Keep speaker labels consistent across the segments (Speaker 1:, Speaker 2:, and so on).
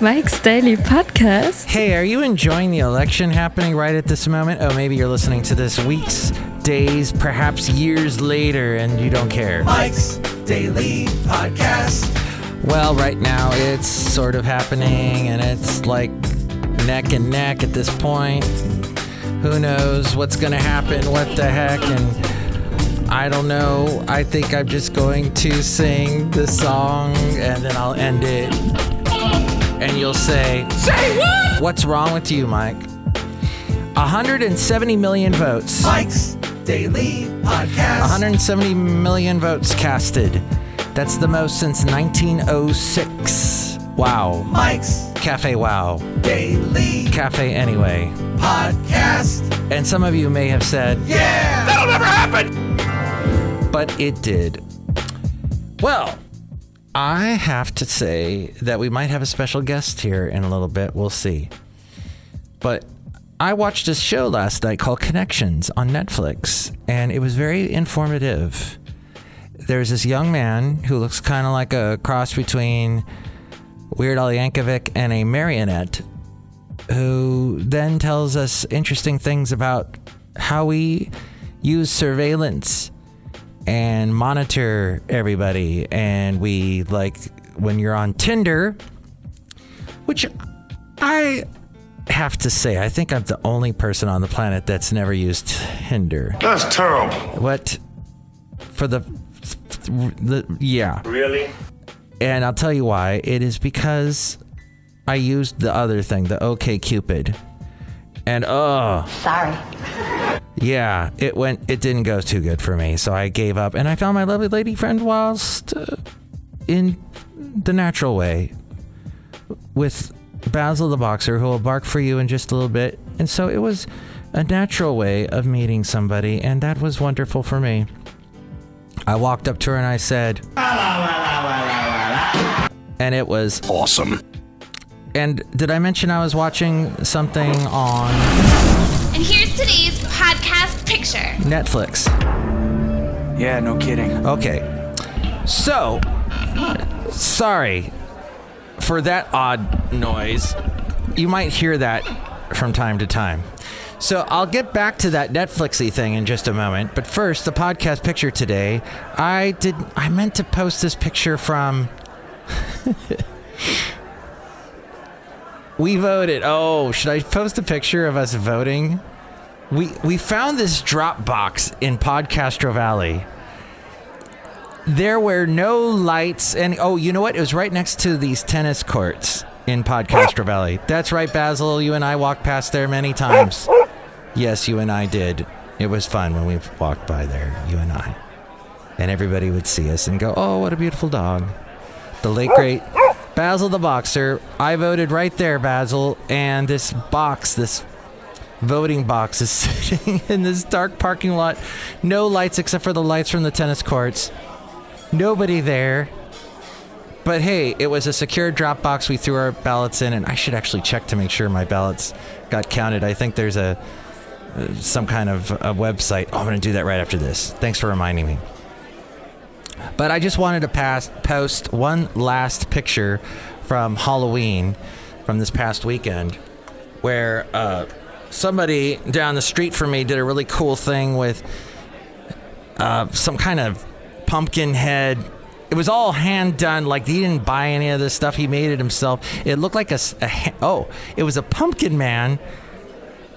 Speaker 1: Mike's Daily Podcast.
Speaker 2: Hey, are you enjoying the election happening right at this moment? Oh, maybe you're listening to this weeks, days, perhaps years later, and you don't care.
Speaker 3: Mike's Daily Podcast.
Speaker 2: Well, right now it's sort of happening, and it's like neck and neck at this point. Who knows what's going to happen? What the heck? And I don't know. I think I'm just going to sing the song, and then I'll end it. And you'll say, "Say what? What's wrong with you, Mike?" 170 million votes.
Speaker 3: Mike's Daily Podcast.
Speaker 2: 170 million votes casted. That's the most since 1906. Wow.
Speaker 3: Mike's
Speaker 2: Cafe Wow.
Speaker 3: Daily
Speaker 2: Cafe Anyway.
Speaker 3: Podcast.
Speaker 2: And some of you may have said,
Speaker 3: Yeah. That'll never happen.
Speaker 2: but it did. Well, I have to say that we might have a special guest here in a little bit. We'll see. But I watched a show last night called Connections on Netflix, and it was very informative. There's this young man who looks kind of like a cross between Weird Al Yankovic and a marionette, who then tells us interesting things about how we use surveillance and monitor everybody. And we like when you're on Tinder, which I have to say, I think I'm the only person on the planet that's never used Tinder.
Speaker 4: That's terrible.
Speaker 2: What for the, the yeah.
Speaker 4: Really?
Speaker 2: And I'll tell you why. It is because I used the other thing, the OK Cupid. And oh,
Speaker 5: Sorry.
Speaker 2: yeah, it went it didn't go too good for me. So I gave up and I found my lovely lady friend whilst uh, in the natural way with Basil the boxer who will bark for you in just a little bit. And so it was a natural way of meeting somebody and that was wonderful for me. I walked up to her and I said and it was
Speaker 4: Awesome.
Speaker 2: and did I mention I was watching something on
Speaker 6: And here's today's podcast picture.
Speaker 2: Netflix?
Speaker 7: Yeah, no kidding.
Speaker 2: Okay. So, sorry for that odd noise. You might hear that from time to time. So, I'll get back to that Netflixy thing in just a moment, but first the podcast picture today. I did I meant to post this picture from We voted. Oh, should I post a picture of us voting? We we found this Dropbox in Podcastro Valley there were no lights and oh you know what it was right next to these tennis courts in podcaster valley that's right basil you and i walked past there many times yes you and i did it was fun when we walked by there you and i and everybody would see us and go oh what a beautiful dog the late great basil the boxer i voted right there basil and this box this voting box is sitting in this dark parking lot no lights except for the lights from the tennis courts Nobody there. But hey, it was a secure Dropbox we threw our ballots in, and I should actually check to make sure my ballots got counted. I think there's a uh, some kind of a website. Oh, I'm gonna do that right after this. Thanks for reminding me. But I just wanted to pass, post one last picture from Halloween from this past weekend, where uh, somebody down the street from me did a really cool thing with some kind of pumpkin head. It was all hand done. Like he didn't buy any of this stuff. He made it himself. It looked like a, s- a ha- oh, it was a pumpkin man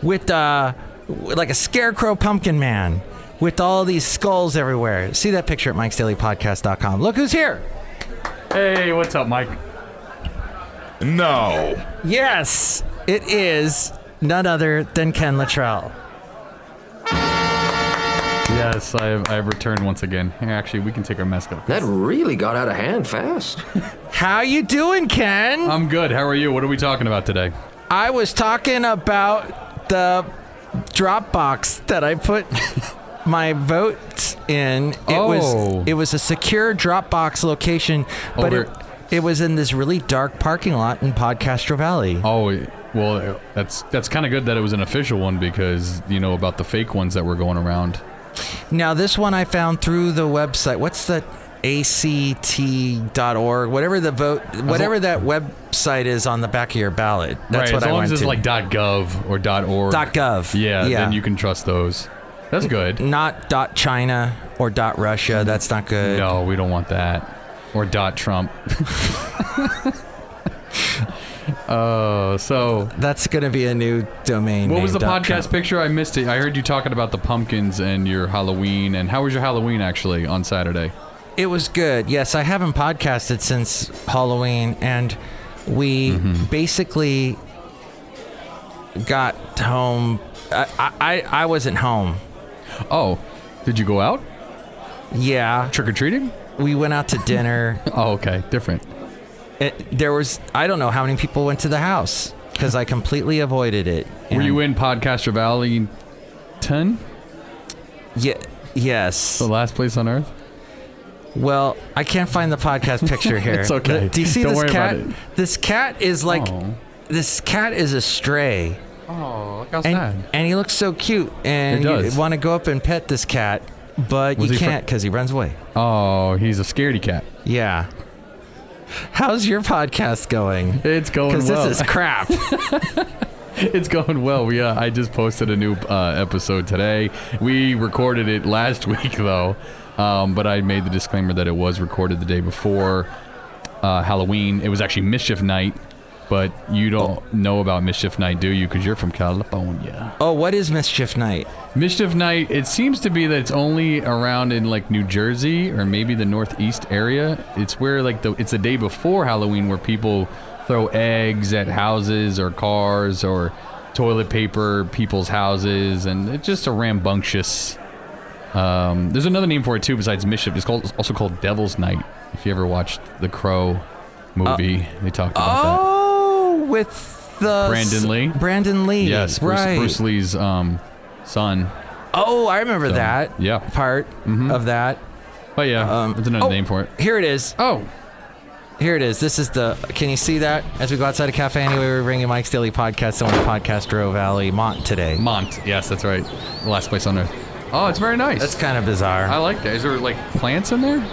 Speaker 2: with uh with like a scarecrow pumpkin man with all these skulls everywhere. See that picture at mikesdailypodcast.com. Look who's here.
Speaker 8: Hey, what's up, Mike?
Speaker 4: No.
Speaker 2: Yes, it is none other than Ken Luttrell.
Speaker 8: Yes, I have, I have returned once again. Here, actually, we can take our mask off.
Speaker 9: That really got out of hand fast.
Speaker 2: How you doing, Ken?
Speaker 8: I'm good. How are you? What are we talking about today?
Speaker 2: I was talking about the Dropbox that I put my votes in. It
Speaker 8: Oh.
Speaker 2: was it was a secure Dropbox location, but it,
Speaker 8: Over-
Speaker 2: it was in this really dark parking lot in Podcastro Valley.
Speaker 8: Oh, well, that's that's kind of good that it was an official one because you know about the fake ones that were going around.
Speaker 2: Now this one I found through the website. What's the act.org, whatever the vote, whatever that website is on the back of your ballot. That's
Speaker 8: right,
Speaker 2: what
Speaker 8: as
Speaker 2: I
Speaker 8: long
Speaker 2: went
Speaker 8: as it's
Speaker 2: to.
Speaker 8: like .gov or .org.
Speaker 2: Dot .gov. Mm,
Speaker 8: Yeah, then you can trust those. That's good.
Speaker 2: not dot .china or dot .russia. That's not good.
Speaker 8: No, we don't want that. Or dot Trump. Oh, so
Speaker 2: That's going to be a new domain.
Speaker 8: what was the
Speaker 2: name, dot
Speaker 8: podcast
Speaker 2: com.
Speaker 8: picture? I missed it. I heard you talking about the pumpkins and your Halloween. And how was your Halloween actually on Saturday?
Speaker 2: It was good. Yes, I haven't podcasted since Halloween, and we
Speaker 8: Mm-hmm.
Speaker 2: basically got home. I, I I wasn't home.
Speaker 8: Oh, did you go out
Speaker 2: Yeah,
Speaker 8: trick or treating?
Speaker 2: we went out to dinner.
Speaker 8: Oh, okay, different.
Speaker 2: it, there was I don't know how many people went to the house because I completely avoided it.
Speaker 8: Were you
Speaker 2: And-
Speaker 8: in Podcaster Valley 10?
Speaker 2: Yeah. Yes.
Speaker 8: The last place on earth?
Speaker 2: Well, I can't find the podcast picture here.
Speaker 8: It's okay.
Speaker 2: The- do you see
Speaker 8: Don't
Speaker 2: this
Speaker 8: worry
Speaker 2: cat?
Speaker 8: about it. Oh.
Speaker 2: This cat is like
Speaker 8: Aw.
Speaker 2: this cat is a stray.
Speaker 8: Oh, look how
Speaker 2: And, and he looks so cute, and
Speaker 8: It does.
Speaker 2: you want to go up and pet this cat, but
Speaker 8: Was
Speaker 2: you
Speaker 8: he fr-
Speaker 2: can't because he runs away.
Speaker 8: Oh, he's a scaredy cat.
Speaker 2: Yeah. How's your podcast going?
Speaker 8: It's going
Speaker 2: Because
Speaker 8: well.
Speaker 2: this is crap.
Speaker 8: it's going well. We uh, I just posted a new uh, episode today. We recorded it last week though, um, but I made the disclaimer that it was recorded the day before uh, Halloween. It was actually Mischief Night, but you don't know about Mischief Night, do you? Because you're from California.
Speaker 2: oh, what is Mischief Night?
Speaker 8: Mischief Night, it seems to be that it's only around in like New Jersey or maybe the Northeast area. It's where like the it's the day before Halloween where people throw eggs at houses or cars or toilet paper people's houses and it's just a rambunctious um, there's another name for it too besides mischief. It's called it's also called Devil's Night. If you ever watched the Crow movie, they talked about that.
Speaker 2: Uh, Oh, with the
Speaker 8: Brandon
Speaker 2: s-
Speaker 8: Lee?
Speaker 2: Brandon Lee.
Speaker 8: Yes, Bruce,
Speaker 2: right.
Speaker 8: Bruce Lee's um, son.
Speaker 2: Oh, I remember
Speaker 8: So,
Speaker 2: that.
Speaker 8: yeah. Mm-hmm.
Speaker 2: Part of that.
Speaker 8: But yeah,
Speaker 2: Um,
Speaker 8: that's another
Speaker 2: oh,
Speaker 8: name for it.
Speaker 2: Here it is.
Speaker 8: Oh,
Speaker 2: Here it is. This is the. Can you see that? As we go outside a cafe anyway, we're bringing Mike's Daily Podcast on the Podcastro Valley Mont today.
Speaker 8: Mont. Yes, that's right. The last place on earth. Oh, it's very nice.
Speaker 2: That's kind of bizarre.
Speaker 8: I like that. Is there like plants in there?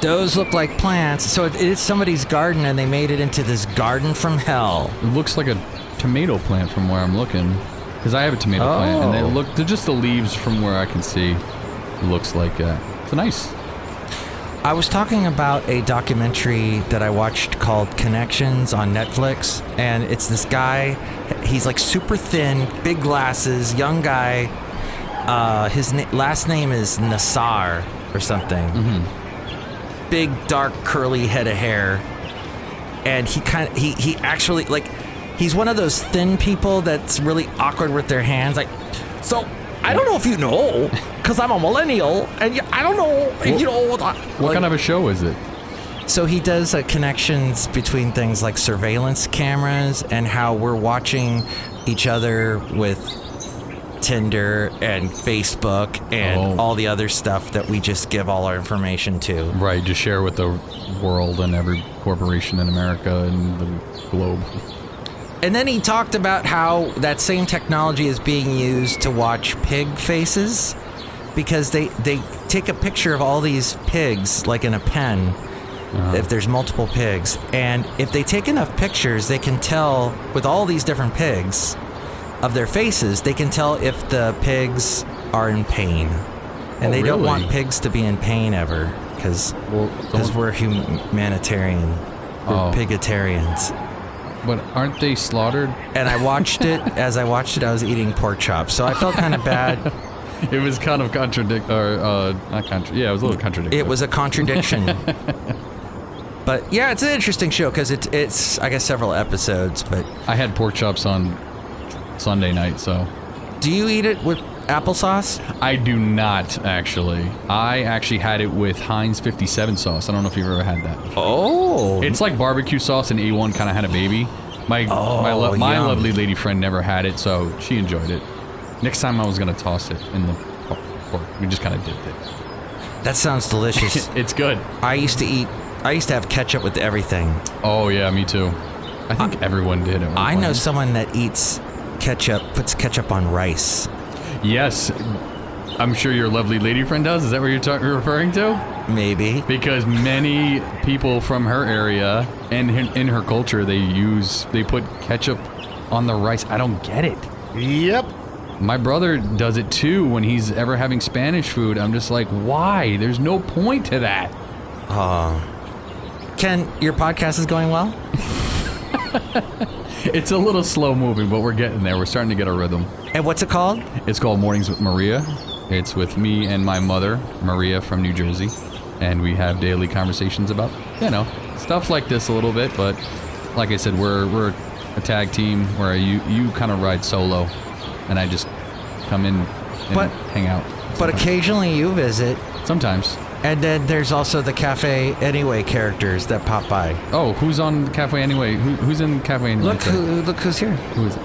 Speaker 2: Those look like plants. So it is somebody's garden, and they made it into this garden from hell.
Speaker 8: It looks like a tomato plant from where I'm looking. Because I have a tomato plant, and
Speaker 2: Oh.
Speaker 8: they look. They're just the leaves from where I can see. Looks like uh, it's nice.
Speaker 2: I was talking about a documentary that I watched called Connections on Netflix, and it's this guy. He's like super thin, big glasses, young guy. Uh, his na- last name is Nassar or something.
Speaker 8: Mm-hmm.
Speaker 2: Big, dark, curly head of hair, and he kind of he he actually like he's one of those thin people that's really awkward with their hands. Like, so I don't know if you know, because I'm a millennial, and y- I don't know, if you know. What, I,
Speaker 8: What kind of a show is it?
Speaker 2: so he does uh, connections between things like surveillance cameras and how we're watching each other with Tinder and Facebook and
Speaker 8: Oh.
Speaker 2: all the other stuff that we just give all our information to.
Speaker 8: Right, just share with the world and every corporation in America and the globe.
Speaker 2: And then he talked about how that same technology is being used to watch pig faces because they they take a picture of all these pigs like in a pen
Speaker 8: Uh-huh.
Speaker 2: if there's multiple pigs and if they take enough pictures they can tell with all these different pigs of their faces they can tell if the pigs are in pain and
Speaker 8: Oh,
Speaker 2: they don't
Speaker 8: really?
Speaker 2: want pigs to be in pain ever because
Speaker 8: Well, don't-
Speaker 2: we're humanitarian
Speaker 8: Oh.
Speaker 2: we're pigitarians
Speaker 8: But aren't they slaughtered?
Speaker 2: and I watched it. As I watched it, I was eating pork chops, so I felt kind of bad.
Speaker 8: It was kind of contradict, or uh, not contra- Yeah, it was a little contradictory.
Speaker 2: It was a contradiction. But yeah, it's an interesting show because it's it's I guess several episodes. But
Speaker 8: I had pork chops on Sunday night, so
Speaker 2: do you eat it with applesauce?
Speaker 8: I do not actually. I actually had it with Heinz 57 sauce. I don't know if you've ever had that.
Speaker 2: Oh,
Speaker 8: It's like barbecue sauce, and A1 kind of had a baby. My my, lo- my
Speaker 2: Oh, yum.
Speaker 8: lovely lady friend never had it, so she enjoyed it. Next time I was gonna toss it in the por- pork. We just kind of dipped it.
Speaker 2: that sounds delicious.
Speaker 8: It's good.
Speaker 2: I used to eat. I used to have ketchup with everything.
Speaker 8: Oh yeah, me too. I think everyone did. At one
Speaker 2: I know
Speaker 8: point.
Speaker 2: someone that eats ketchup, puts ketchup on rice.
Speaker 8: Yes, I'm sure your lovely lady friend does. Is that what you're, ta- you're referring to?
Speaker 2: Maybe.
Speaker 8: Because many people from her area and in, in her culture, they use they put ketchup on the rice. I don't get it.
Speaker 4: Yep.
Speaker 8: My brother does it too when he's ever having Spanish food. I'm just like, why? There's no point to that.
Speaker 2: Ken, your podcast is going well?
Speaker 8: It's a little slow moving, but we're getting there. We're starting to get a rhythm.
Speaker 2: And what's it called?
Speaker 8: It's called Mornings with Maria. It's with me and my mother, Maria from New Jersey, and we have daily conversations about, you know, stuff like this a little bit. But like I said, we're we're a tag team where you you kind of ride solo, and I just come in and
Speaker 2: But-
Speaker 8: hang out.
Speaker 2: But occasionally you visit,
Speaker 8: Sometimes.
Speaker 2: and then there's also the Cafe Anyway characters that pop by.
Speaker 8: Oh, who's on Cafe Anyway? Who, who's in Cafe Anyway?
Speaker 2: Look who, look who's here.
Speaker 8: who is it?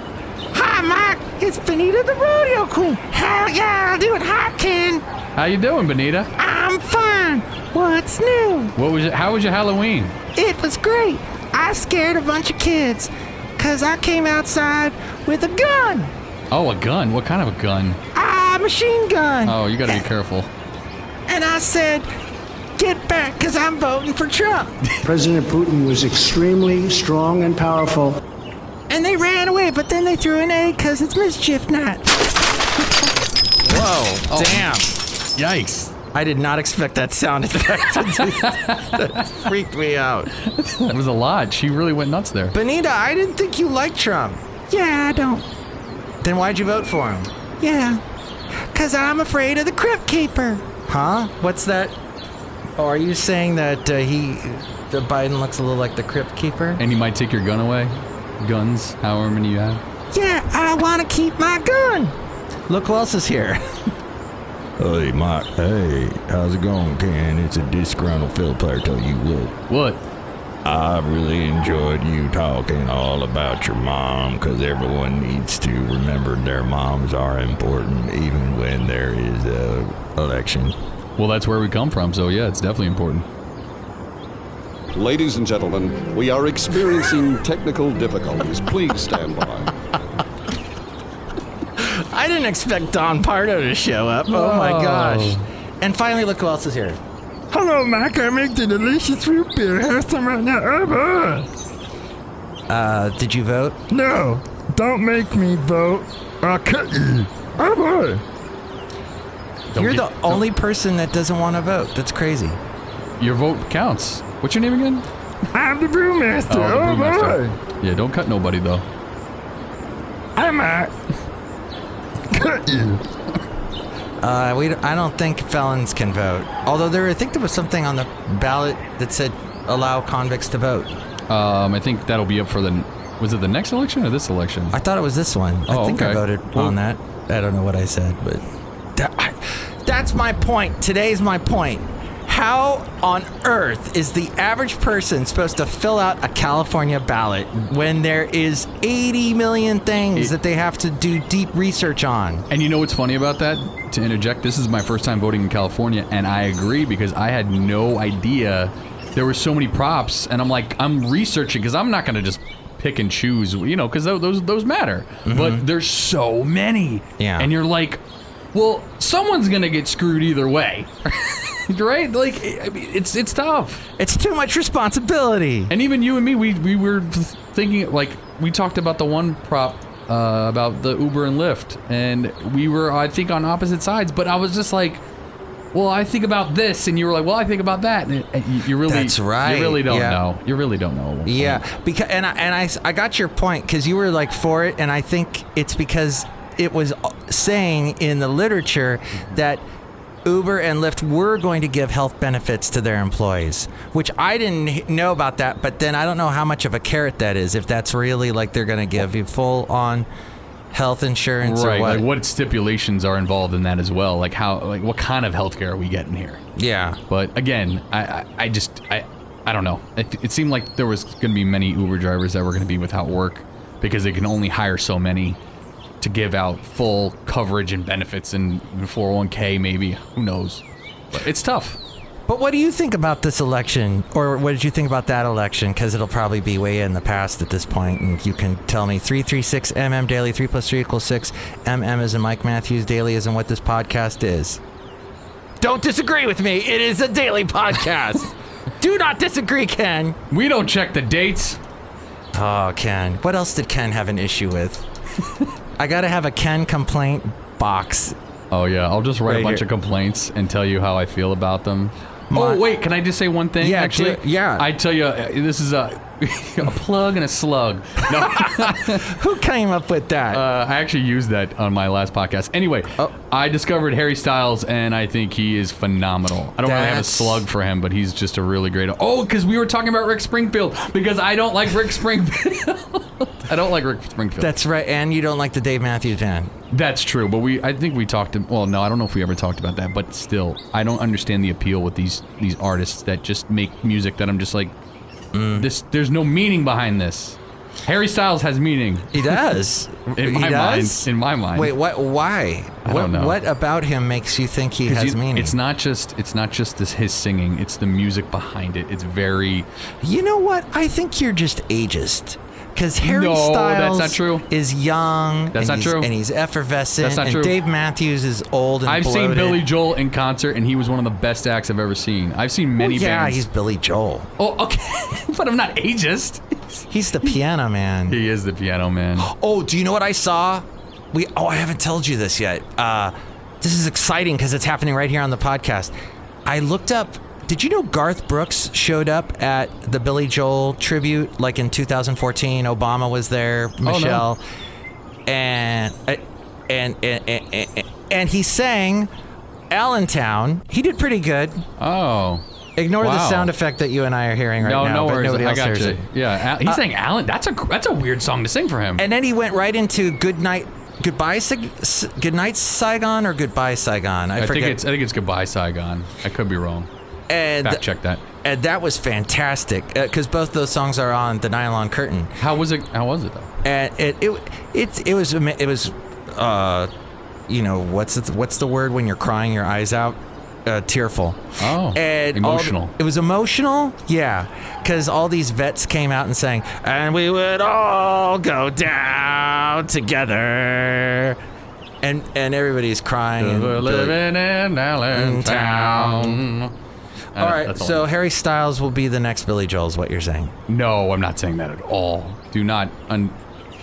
Speaker 2: Hi, Mark. It's Benita the Rodeo Queen. Hell yeah, I'll do it. Hi, Ken.
Speaker 8: How you doing, Benita?
Speaker 2: I'm fine. What's new?
Speaker 8: What was it? How was your Halloween?
Speaker 2: It was great. I scared a bunch of kids because I came outside with a gun,
Speaker 8: Oh, a gun. What kind of a gun?
Speaker 2: a machine gun.
Speaker 8: Oh, you got to be careful.
Speaker 2: And I said, get back because I'm voting for Trump.
Speaker 5: President Putin was extremely strong and powerful.
Speaker 2: And they ran away, but then they threw an egg because it's mischief night. Whoa, damn.
Speaker 8: Yikes.
Speaker 2: Oh. I did not expect that sound effect. that freaked me out.
Speaker 8: That was a lot. She really went nuts there.
Speaker 2: Benita, I didn't think you liked Trump.
Speaker 5: Yeah, I don't.
Speaker 2: Then why'd you vote for him?
Speaker 5: Yeah. Because I'm afraid of the Crypt Keeper.
Speaker 2: Huh? What's that? Oh, are you saying that uh, he, the Biden looks a little like the Crypt Keeper?
Speaker 8: And you might take your gun away. Guns, however many you have.
Speaker 5: Yeah, I want to keep my gun.
Speaker 2: Look who else is here.
Speaker 10: Hey, Mike. Hey, how's it going, Ken? It's a disgruntled Phil player. Tell you what,
Speaker 8: What?
Speaker 10: I really enjoyed you talking all about your mom, 'cause everyone needs to remember their moms are important, even when there is a election.
Speaker 8: Well, that's where we come from, so yeah, it's definitely important.
Speaker 11: Ladies and gentlemen, we are experiencing technical difficulties. Please stand by.
Speaker 2: I didn't expect Don Pardo to show up. Oh, my
Speaker 8: Oh.
Speaker 2: gosh. And finally, look who else is here.
Speaker 10: Hello, Mike. I make the delicious root beer. Have some right now. Oh,
Speaker 2: Uh, did you vote?
Speaker 10: No, don't make me vote. I'll cut you.
Speaker 2: You're
Speaker 8: get-
Speaker 2: the only person that doesn't want to vote. That's crazy.
Speaker 8: Your vote counts. What's your name again? Oh,
Speaker 10: I'm the brewmaster. Oh,
Speaker 8: the brewmaster. Yeah, don't cut nobody though.
Speaker 10: I might cut you.
Speaker 2: Uh, we d- I don't think felons can vote. Although there, I think there was something on the ballot that said allow convicts to vote.
Speaker 8: Um, I think that'll be up for the. Was it the next election or this election?
Speaker 2: I thought it was this one. I
Speaker 8: Oh,
Speaker 2: think I
Speaker 8: okay.
Speaker 2: voted
Speaker 8: Well-
Speaker 2: on that. I don't know what I said, but that, I, that's my point. Today's my point. How on earth is the average person supposed to fill out a California ballot when there is 80 million things
Speaker 8: It-
Speaker 2: that they have to do deep research on?
Speaker 8: And you know what's funny about that? To interject, this is my first time voting in California, and I agree because I had no idea there were so many props, and I'm like, I'm researching because I'm not gonna just pick and choose, you know, because those those matter. But there's so many,
Speaker 2: Yeah.
Speaker 8: And you're like, well, someone's gonna get screwed either way, right? Like, I mean, it's it's tough.
Speaker 2: It's too much responsibility.
Speaker 8: And even you and me, we we were thinking like we talked about the one prop uh, about the Uber and Lyft, and we were I think on opposite sides. But I was just like, well, I think about this, and you were like, well, I think about that, and, and you, you really
Speaker 2: That's right,
Speaker 8: You really don't
Speaker 2: yeah.
Speaker 8: know. You really don't know.
Speaker 2: Yeah, because and I, and I, s- I got your point because you were like for it, and I think it's because it was uh, saying in the literature that Uber and Lyft were going to give health benefits to their employees, which I didn't h- know about that. But then I don't know how much of a carrot that is if that's really like they're going to give you full on health insurance
Speaker 8: Right.
Speaker 2: or what.
Speaker 8: Like what stipulations are involved in that as well? Like how? Like what kind of healthcare are we getting here?
Speaker 2: Yeah,
Speaker 8: But again, I, I, I just I I don't know. It, it seemed like there was going to be many Uber drivers that were going to be without work because they can only hire so many to give out full oh coverage and benefits and 401k maybe. Who knows? But it's tough.
Speaker 2: But what do you think about this election, or what did you think about that election? Because it'll probably be way in the past at this point, and you can tell me three three six mm daily three plus three equals six. Mm is in Mike Matthews daily is in what this podcast is. Don't disagree with me. It is a daily podcast. do not disagree, Ken.
Speaker 8: We don't check the dates.
Speaker 2: Oh, Ken. What else did Ken have an issue with? I gotta have a Ken complaint box.
Speaker 8: Oh yeah, I'll just write
Speaker 2: Right
Speaker 8: a bunch
Speaker 2: here.
Speaker 8: of complaints and tell you how I feel about them.
Speaker 2: My-
Speaker 8: oh wait, can I just say one thing?
Speaker 2: Yeah,
Speaker 8: actually,
Speaker 2: do- yeah.
Speaker 8: I tell you, uh, this is a a plug and a slug. No,
Speaker 2: Who came up with that?
Speaker 8: uh, I actually used that on my last podcast. Anyway, I discovered Harry Styles, and I think he is phenomenal. I don't really have a
Speaker 2: That's-
Speaker 8: slug for him, but he's just a really great. Oh, because we were talking about Rick Springfield, because I don't like Rick Springfield. I don't like Rick Springfield.
Speaker 2: That's right. And you don't like the Dave Matthews Band.
Speaker 8: That's true, but we I think we talked. Well, no, I don't know if we ever talked about that, but still, I don't understand the appeal with these these artists that just make music that I'm just like, this. There's no meaning behind this. Harry Styles has meaning
Speaker 2: He does.
Speaker 8: in
Speaker 2: he
Speaker 8: my
Speaker 2: does?
Speaker 8: mind. In my mind,
Speaker 2: Wait, what? Why?
Speaker 8: I
Speaker 2: what,
Speaker 8: don't know.
Speaker 2: what about him makes you think he
Speaker 8: 'Cause
Speaker 2: has
Speaker 8: you-
Speaker 2: meaning?
Speaker 8: It's not just it's not just this his singing. It's the music behind it. It's very
Speaker 2: You know what? I think you're just ageist. Because Harry
Speaker 8: No, that's
Speaker 2: Styles
Speaker 8: not true.
Speaker 2: is young.
Speaker 8: That's
Speaker 2: and
Speaker 8: not
Speaker 2: he's-
Speaker 8: true.
Speaker 2: And he's effervescent.
Speaker 8: That's not
Speaker 2: and
Speaker 8: true.
Speaker 2: Dave Matthews is old and
Speaker 8: I've
Speaker 2: bloated.
Speaker 8: seen Billy Joel in concert, and he was one of the best acts I've ever seen. I've seen
Speaker 2: Well,
Speaker 8: many
Speaker 2: yeah,
Speaker 8: bands.
Speaker 2: he's Billy Joel.
Speaker 8: oh, okay, but I'm not ageist.
Speaker 2: He's the piano man.
Speaker 8: He is the piano man.
Speaker 2: Oh, do you know what I saw? We oh, I haven't told you this yet. Uh, this is exciting because it's happening right here on the podcast. I looked up. Did you know Garth Brooks showed up at the Billy Joel tribute like in 2014? Obama was there,
Speaker 8: Oh, no.
Speaker 2: Michelle, and, uh, and and and and and he sang Allentown. He did pretty good.
Speaker 8: Oh.
Speaker 2: Ignore the
Speaker 8: Wow.
Speaker 2: sound effect that you and I are hearing right
Speaker 8: no,
Speaker 2: now.
Speaker 8: no
Speaker 2: but
Speaker 8: worries.
Speaker 2: Nobody
Speaker 8: I
Speaker 2: else
Speaker 8: got
Speaker 2: hears
Speaker 8: you.
Speaker 2: it.
Speaker 8: Yeah, Al- he's saying Alan. That's a that's a weird song to sing for him.
Speaker 2: And then he went right into good night, goodbye, Sig- S- good night Saigon or goodbye Saigon. I,
Speaker 8: I
Speaker 2: forget.
Speaker 8: think it's I think it's goodbye Saigon. I could be wrong.
Speaker 2: and,
Speaker 8: Fact check that.
Speaker 2: and that was fantastic because both those songs are on the Nylon Curtain,
Speaker 8: How was it? How was it though?
Speaker 2: and it it it, it was ama- it was, uh, you know what's it, what's the word when you're crying your eyes out, uh, tearful.
Speaker 8: Oh,
Speaker 2: and all the-
Speaker 8: emotional.
Speaker 2: it was emotional, yeah, because all these vets came out and sang, and we would all go down together, and and everybody's crying. and
Speaker 8: We're
Speaker 2: Billy-
Speaker 8: living in Allentown. Uh,
Speaker 2: all right,
Speaker 8: that's
Speaker 2: so Harry Styles will be the next Billy Joel, is what you're saying.
Speaker 8: no, I'm not saying that at all. Do not un-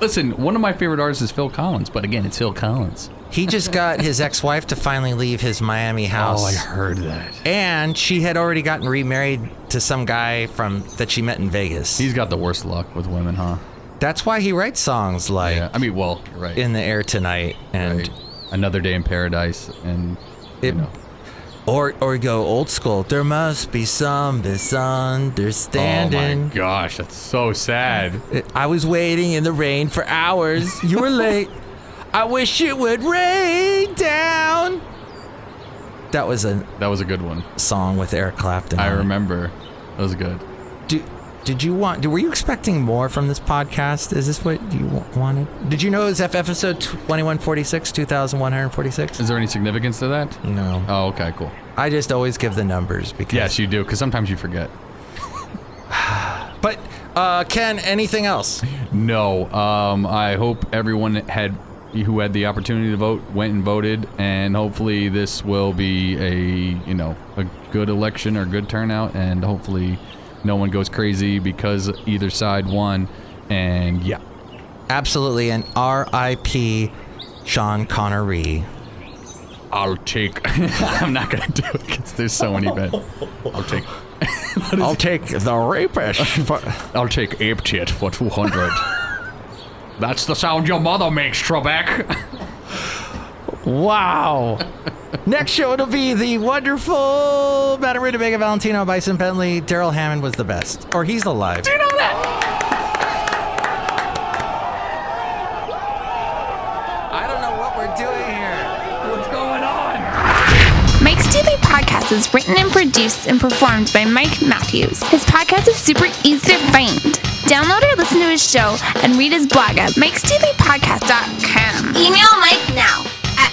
Speaker 8: listen. One of my favorite artists is Phil Collins, but again, it's Phil Collins.
Speaker 2: He just got his ex-wife to finally leave his Miami house.
Speaker 8: Oh, I heard that.
Speaker 2: And she had already gotten remarried to some guy from that she met in Vegas.
Speaker 8: He's got the worst luck with women, huh?
Speaker 2: That's why he writes songs like
Speaker 8: Yeah. I mean, well, you're right.
Speaker 2: "In the Air Tonight" and
Speaker 8: Right. Another Day in Paradise, and
Speaker 2: It-
Speaker 8: you know.
Speaker 2: Or or go old school. There must be some
Speaker 8: Oh my
Speaker 2: misunderstanding.
Speaker 8: gosh, that's so sad.
Speaker 2: I was waiting in the rain for hours. You were late. I wish it would rain down. That was a
Speaker 8: That was a good one.
Speaker 2: song with Eric Clapton.
Speaker 8: I
Speaker 2: on it.
Speaker 8: remember. That was good.
Speaker 2: Do, did you want? Were you expecting more from this podcast? Is this what you wa- wanted? Did you know it was F episode twenty one forty six, two thousand one hundred forty six?
Speaker 8: Is there any significance to that?
Speaker 2: No,
Speaker 8: Oh, okay, cool.
Speaker 2: I just always give the numbers because.
Speaker 8: Yes, you do, because sometimes you forget.
Speaker 2: But uh, Ken, anything else?
Speaker 8: No, um, I hope everyone had who had the opportunity to vote went and voted, and hopefully this will be a you know a good election or good turnout, and hopefully no one goes crazy because either side won. And yeah,
Speaker 2: Absolutely, and R.I.P. Sean Connery.
Speaker 8: I'll take. I'm not gonna do it because there's so many bad. I'll take.
Speaker 2: I'll take the rapist.
Speaker 8: I'll take ape tit for 200. That's the sound your mother makes, Trebek.
Speaker 2: wow. Next show it'll be the wonderful Batterina Vega Valentino Bison Bentley. Daryl Hammond was the best, or he's alive. I don't know what we're doing here.
Speaker 6: Mike's Daily Podcast is written and produced and performed by Mike Matthews. His podcast is super easy to find. Download or listen to his show and read his blog at mikesdailypodcast.com. Email Mike now at